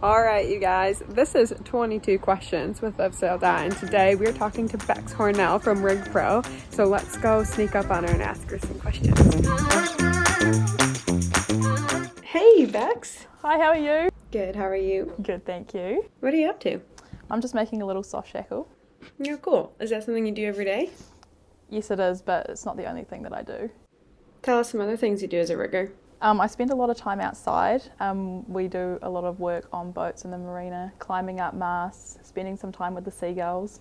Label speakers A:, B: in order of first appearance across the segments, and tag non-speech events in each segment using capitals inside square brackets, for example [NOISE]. A: All right, you guys, this is 22 questions with Of Sale Die, and today we're talking to Bex Hornell from Rig Pro. So let's go sneak up on her and ask her some questions. Hey, Bex.
B: Hi, how are you?
A: Good, how are you?
B: Good, thank you.
A: What are you up to?
B: I'm just making a little soft shackle.
A: You're cool. Is that something you do every day?
B: Yes, it is, but it's not the only thing that I do.
A: Tell us some other things you do as a rigger.
B: Um, I spend a lot of time outside. Um, we do a lot of work on boats in the marina, climbing up masts, spending some time with the seagulls.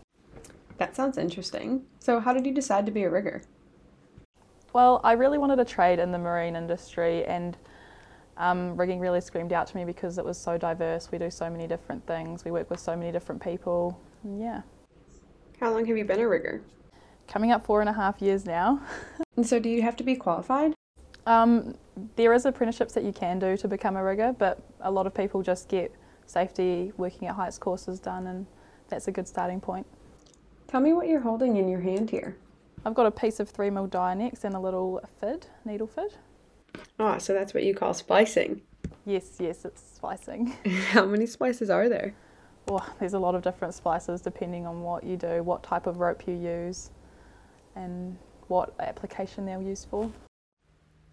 A: That sounds interesting. So, how did you decide to be a rigger?
B: Well, I really wanted a trade in the marine industry, and um, rigging really screamed out to me because it was so diverse. We do so many different things, we work with so many different people. and yeah,
A: How long have you been a rigger?
B: coming up four and a half years now. [LAUGHS]
A: And so, do you have to be qualified?
B: Um, there is apprenticeships that you can do to become a rigger, but a lot of people just get safety working at heights courses done, and that's a good starting point.
A: Tell me what you're holding in your hand here.
B: I've got a piece of three mil Dynex and a little fid, needle fid.
A: Ah, so that's what you call splicing.
B: Yes, yes, it's splicing. [LAUGHS]
A: [LAUGHS] How many splices are there?
B: oh, there's a lot of different splices depending on what you do, what type of rope you use, and what application they're used for.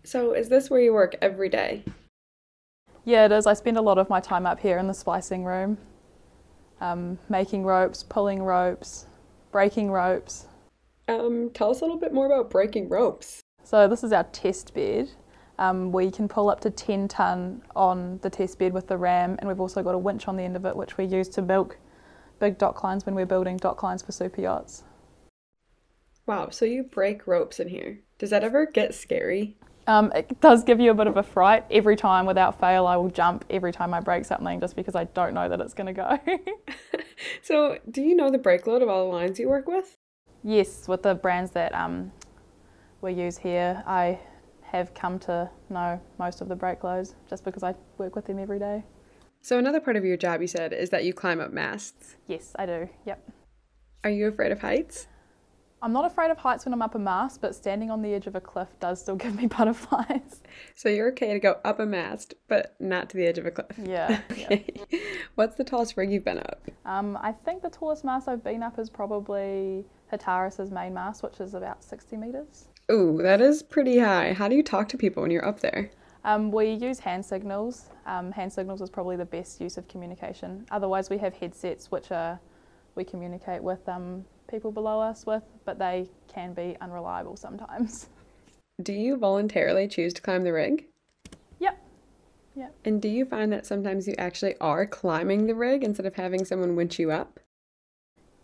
A: So, is this where you work every day?
B: Yeah, it is. I spend a lot of my time up here in the splicing room, um, making ropes, pulling ropes, breaking ropes.
A: Um, tell us a little bit more about breaking ropes.
B: So this is our test bed. Um, we can pull up to 10 tonne on the test bed with the ram, and we've also got a winch on the end of it, which we use to milk big dock lines when we're building dock lines for super yachts.
A: Wow, so you break ropes in here. Does that ever get scary?
B: Um, it does give you a bit of a fright. Every time, without fail, I will jump every time I break something just because I don't know that it's going to go. [LAUGHS]
A: So, do you know the break load of all the lines you work with?
B: yes, with the brands that um, we use here, I have come to know most of the brake loads just because I work with them every day.
A: So, another part of your job you said is that you climb up masts.
B: Yes, I do. Yep.
A: Are you afraid of heights?
B: I'm not afraid of heights when I'm up a mast, but standing on the edge of a cliff does still [LAUGHS] give me butterflies.
A: So, you're okay to go up a mast, but not to the edge of a cliff. [LAUGHS]
B: Yeah. yeah.
A: Okay. What's the tallest rig you've been up?
B: [LAUGHS] Um, I think the tallest mast I've been up is probably Hataris's main mast, which is about 60 metres.
A: Ooh, that is pretty high. How do you talk to people when you're up there?
B: Um, we use hand signals. Um, hand signals is probably the best use of communication. Otherwise, we have headsets which are we communicate with um, people below us with, but they can be unreliable sometimes. [LAUGHS]
A: Do you voluntarily choose to climb the rig?
B: Yep.
A: And do you find that sometimes you actually are climbing the rig instead of having someone winch you up?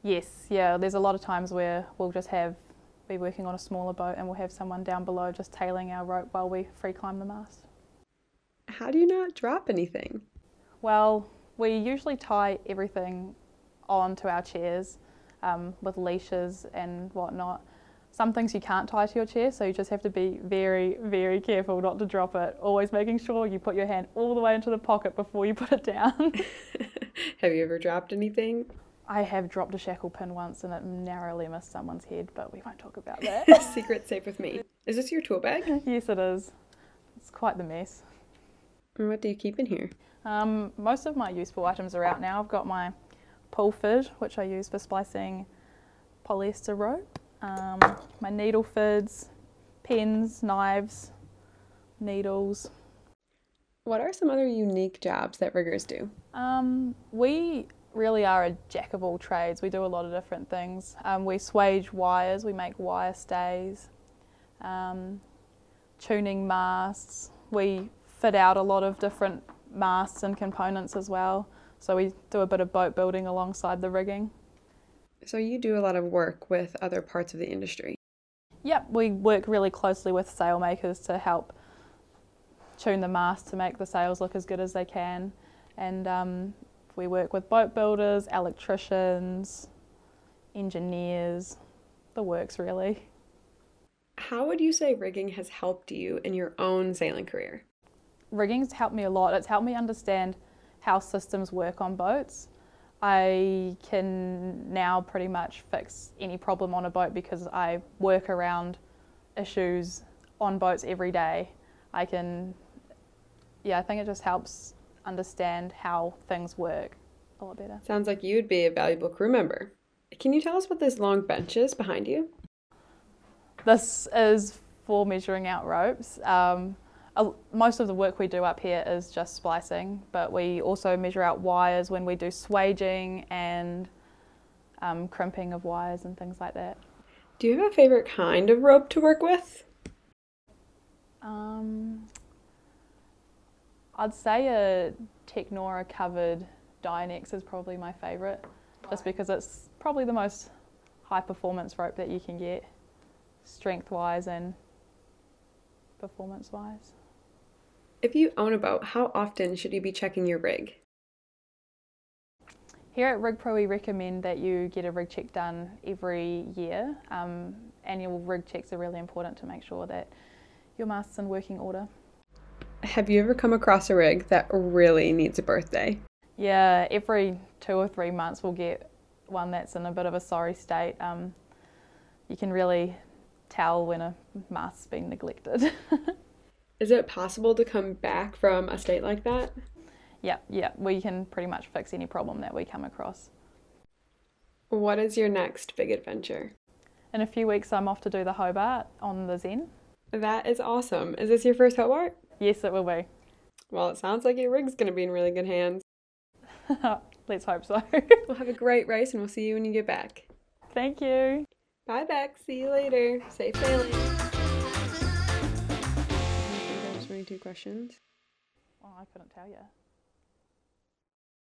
B: Yes, yeah. There's a lot of times where we'll just have be working on a smaller boat and we'll have someone down below just tailing our rope while we free climb the mast.
A: How do you not drop anything?
B: Well, we usually tie everything onto our chairs um, with leashes and whatnot. Some things you can't tie to your chair, so you just have to be very, very careful not to drop it. Always making sure you put your hand all the way into the pocket before you put it [LAUGHS] down.
A: Have you ever dropped anything? [LAUGHS]
B: I have dropped a shackle pin once and it narrowly missed someone's head, but we won't talk about that.
A: Secret safe with me. Is this your tool bag?
B: yes, it is. It's quite the mess.
A: And what do you keep in here?
B: Um, most of my useful items are out now. I've got my pull fid, which I use for splicing polyester rope, um, my needle fids, pens, knives, needles.
A: What are some other unique jobs that riggers do?
B: Um, we really are a jack of all trades. We do a lot of different things. Um, we swage wires, we make wire stays, um, tuning masts. We fit out a lot of different masts and components as well. So we do a bit of boat building alongside the rigging.
A: So you do a lot of work with other parts of the industry.
B: Yep, we work really closely with sailmakers to help tune the mast to make the sails look as good as they can. And um, we work with boat builders, electricians, engineers, the works really.
A: How would you say rigging has helped you in your own sailing career?
B: rigging's helped me a lot. It's helped me understand how systems work on boats. I can now pretty much fix any problem on a boat because I work around issues on boats every day. I can, yeah, I think it just helps understand how things work a lot better.
A: Sounds like you would be a valuable crew member. Can you tell us what this long bench is behind you?
B: This is for measuring out ropes. Um, a- most of the work we do up here is just splicing, but we also measure out wires when we do swaging and um, crimping of wires and things like that.
A: Do you have a favorite kind of rope to work with?
B: Um, I'd say a Technora covered Dynex is probably my favourite, just because it's probably the most high performance rope that you can get, strength wise and performance wise.
A: If you own a boat, how often should you be checking your rig?
B: Here at Rig Pro, we recommend that you get a rig check done every year. Um, annual rig checks are really important to make sure that your mast's in working order.
A: Have you ever come across a rig that really needs a birthday?
B: Yeah, every two or three months we'll get one that's in a bit of a sorry state. Um, you can really tell when a mast's been neglected. [LAUGHS]
A: Is it possible to come back from a state like that?
B: yeah, yeah, we can pretty much fix any problem that we come across.
A: What is your next big adventure?
B: In a few weeks, I'm off to do the Hobart on the Zen.
A: That is awesome. Is this your first Hobart?
B: Yes, it will be. [LAUGHS]
A: Well, it sounds like your rig's going to be in really good hands.
B: Let's hope so. [LAUGHS]
A: Well, have a great race and we'll see you when you get back.
B: Thank you.
A: Bye, Beck. See you later. Safe sailing. Twenty-two questions.
B: Oh, I couldn't tell you.